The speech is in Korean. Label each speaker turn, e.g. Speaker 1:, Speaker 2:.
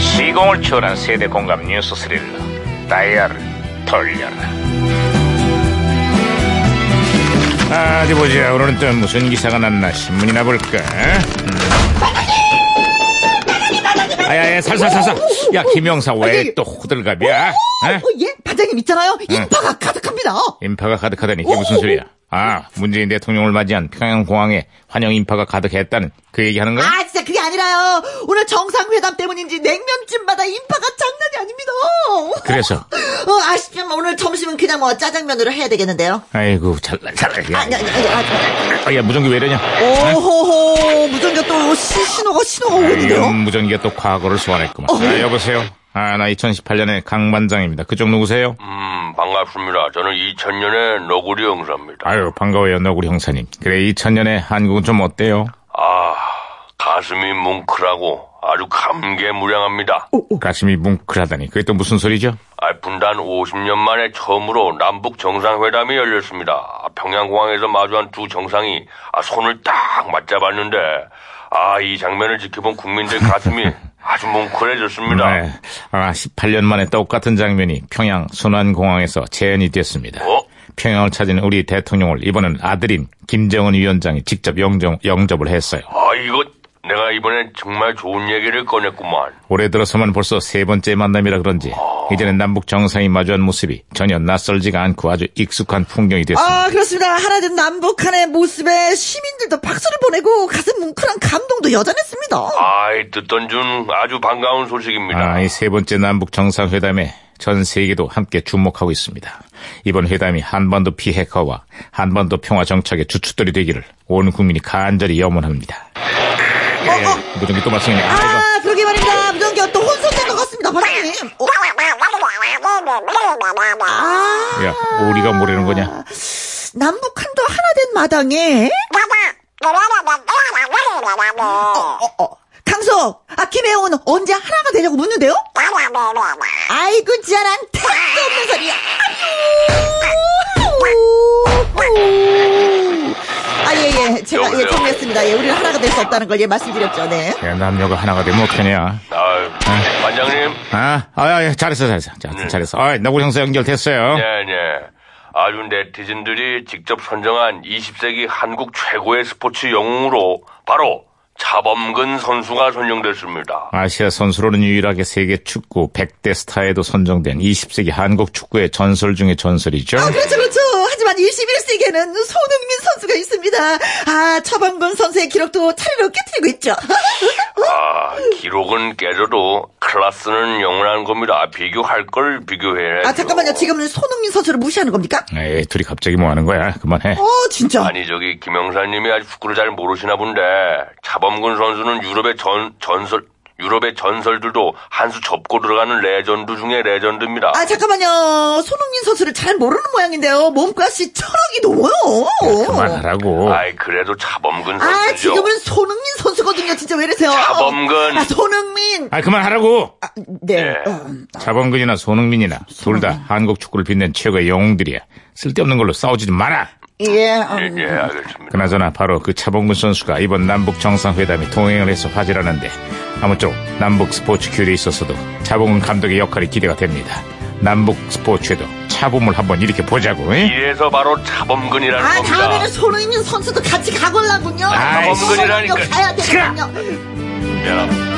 Speaker 1: 시공을 초월한 세대 공감 뉴스 스릴러 다이아를 돌려라 아, 어디 보자 오늘은 또 무슨 기사가 났나 신문이나 볼까 음. 아야야 살살살살 야 김영사 왜
Speaker 2: 아니,
Speaker 1: 또 호들갑이야 어?
Speaker 2: 어, 예? 반장님 있잖아요.
Speaker 1: 네.
Speaker 2: 인파가 가득합니다. 어.
Speaker 1: 인파가 가득하다니 이게 무슨 소리야 아 문재인 대통령을 맞이한 평양공항에 환영 인파가 가득했다는 그 얘기하는 거야?
Speaker 2: 아, 진짜 그게 아니라요. 오늘 정상회담 때문인지 냉면집마다 인파가 장난이 아닙니다.
Speaker 1: 그래서
Speaker 2: 어, 아쉽지만 오늘 점심은 그냥 뭐 짜장면으로 해야 되겠는데요.
Speaker 1: 아이고 잘난 잘난 야,
Speaker 2: 아니, 아니, 아니, 아니.
Speaker 1: 아, 야 무전기 왜 이러냐 네.
Speaker 2: 오호호, 무전기가 또 시- 신호가, 신호가
Speaker 1: 이런
Speaker 2: 오는데요.
Speaker 1: 무전기가 또 과거를 소환했구만.
Speaker 2: 어.
Speaker 1: 아, 여보세요. 아, 나 2018년의 강반장입니다. 그쪽 누구세요?
Speaker 3: 음, 반갑습니다. 저는 2000년의 너구리 형사입니다.
Speaker 1: 아유, 반가워요, 너구리 형사님. 그래, 2000년에 한국은 좀 어때요?
Speaker 3: 아, 가슴이 뭉클하고 아주 감개무량합니다.
Speaker 2: 어,
Speaker 1: 가슴이 뭉클하다니. 그게 또 무슨 소리죠?
Speaker 3: 아, 분단 50년 만에 처음으로 남북 정상회담이 열렸습니다. 아, 평양공항에서 마주한 두 정상이 아, 손을 딱 맞잡았는데, 아, 이 장면을 지켜본 국민들 가슴이 아주 뭉클해졌습니다.
Speaker 1: 네. 아, 18년 만에 똑같은 장면이 평양 순환공항에서 재현이 됐습니다.
Speaker 3: 어?
Speaker 1: 평양을 찾은 우리 대통령을 이번엔 아들인 김정은 위원장이 직접 영정, 영접을 했어요.
Speaker 3: 아, 이거 내가 이번엔 정말 좋은 얘기를 꺼냈구만.
Speaker 1: 올해 들어서만 벌써 세 번째 만남이라 그런지
Speaker 2: 어.
Speaker 1: 이제는 남북 정상이 마주한 모습이 전혀 낯설지가 않고 아주 익숙한 풍경이 됐습니다.
Speaker 2: 아, 그렇습니다. 하나 된 남북한의 모습에 시민들도 박수를 보내고 가슴 뭉클한 감동도 여전했습니다.
Speaker 3: 아이, 듣던 중 아주 반가운 소식입니다.
Speaker 1: 아, 이 세 번째 남북 정상회담에 전 세계도 함께 주목하고 있습니다. 이번 회담이 한반도 비핵화와 한반도 평화 정착의 주춧돌이 되기를 온 국민이 간절히 염원합니다.
Speaker 3: 어,
Speaker 1: 예, 무전기 또 말씀이네. 아, 이거.
Speaker 2: 어, 아, 그러게 말입니다. 무전기가 또 혼선된 것 같습니다, 반장님. 어, 아.
Speaker 1: 야, 오리가 뭐라는 거냐?
Speaker 2: 남북한도 하나 된 마당에 어, 어. 강소, 아 김혜원은 언제 하나가 되냐고 묻는데요? 아이고 지랄한 택도 없는 소리야. 아유. 아예예, 제가 예
Speaker 3: 여보세요?
Speaker 2: 정리했습니다. 예, 우리는 하나가 될 수 없다는 걸 예 말씀드렸죠, 네.
Speaker 1: 야, 남녀가 하나가 되면 어떡하냐?
Speaker 3: 아유, 반장님,
Speaker 1: 아, 아, 아, 예, 잘했어, 잘했어. 자, 잘했어. 아, 나고리 형사 연결됐어요.
Speaker 3: 네. 네네. 예, 아주 네티즌들이 직접 선정한 20세기 한국 최고의 스포츠 영웅으로 바로 차범근 선수가 선정됐습니다.
Speaker 1: 아시아 선수로는 유일하게 세계 축구 100대 스타에도 선정된 20세기 한국 축구의 전설 중의 전설이죠.
Speaker 2: 아 그렇죠, 그렇죠. 하지만 21세기에는 손흥민 선수가 있습니다. 아 처방근 선수의 기록도 차례로 깨뜨리고 있죠.
Speaker 3: 아, 기록은 깨져도 클라스는 영원한 겁니다. 비교할 걸 비교해야죠.
Speaker 2: 아 잠깐만요, 지금은 손흥민 선수를 무시하는 겁니까?
Speaker 1: 에이, 둘이 갑자기 뭐 하는 거야? 그만해.
Speaker 2: 어 진짜.
Speaker 3: 아니 저기 김영사님이 아직 축구를 잘 모르시나 본데 차범근 선수는 유럽의 전 전설 유럽의 전설들도 한 수 접고 들어가는 레전드 중에 레전드입니다.
Speaker 2: 아 잠깐만요. 손흥민 선수를 잘 모르는 모양인데요. 몸값이 천억이 넘어요.
Speaker 1: 그만하라고.
Speaker 3: 아이 그래도 차범근
Speaker 2: 아
Speaker 3: 선수죠.
Speaker 2: 지금은 손흥민 선수거든요. 진짜 왜 이러세요?
Speaker 3: 차범근.
Speaker 2: 아 손흥민.
Speaker 1: 아, 그만하라고!
Speaker 2: 아, 네.
Speaker 3: 네.
Speaker 2: 어,
Speaker 1: 자범근이나 손흥민이나 둘 다 한국 축구를 빛낸 최고의 영웅들이야. 쓸데없는 걸로 싸우지 좀 마라.
Speaker 2: 예. 음.
Speaker 3: 예, 예 알겠습니다.
Speaker 1: 그나저나 바로 그 차범근 선수가 이번 남북 정상회담에 동행을 해서 화제라는데 아무쪼록 남북 스포츠 교류에 있어서도 차범근 감독의 역할이 기대가 됩니다. 남북 스포츠에도 차범을 한번 이렇게 보자고. 잉?
Speaker 3: 이래서 바로 차범근이라는
Speaker 2: 아
Speaker 3: 겁니다.
Speaker 2: 다음에는 손흥민 선수도 같이 가걸라군요.
Speaker 1: 아이,
Speaker 2: 손흥민도
Speaker 3: 차범근이라니까.
Speaker 2: 가야 되거든요.
Speaker 3: 미안합니다.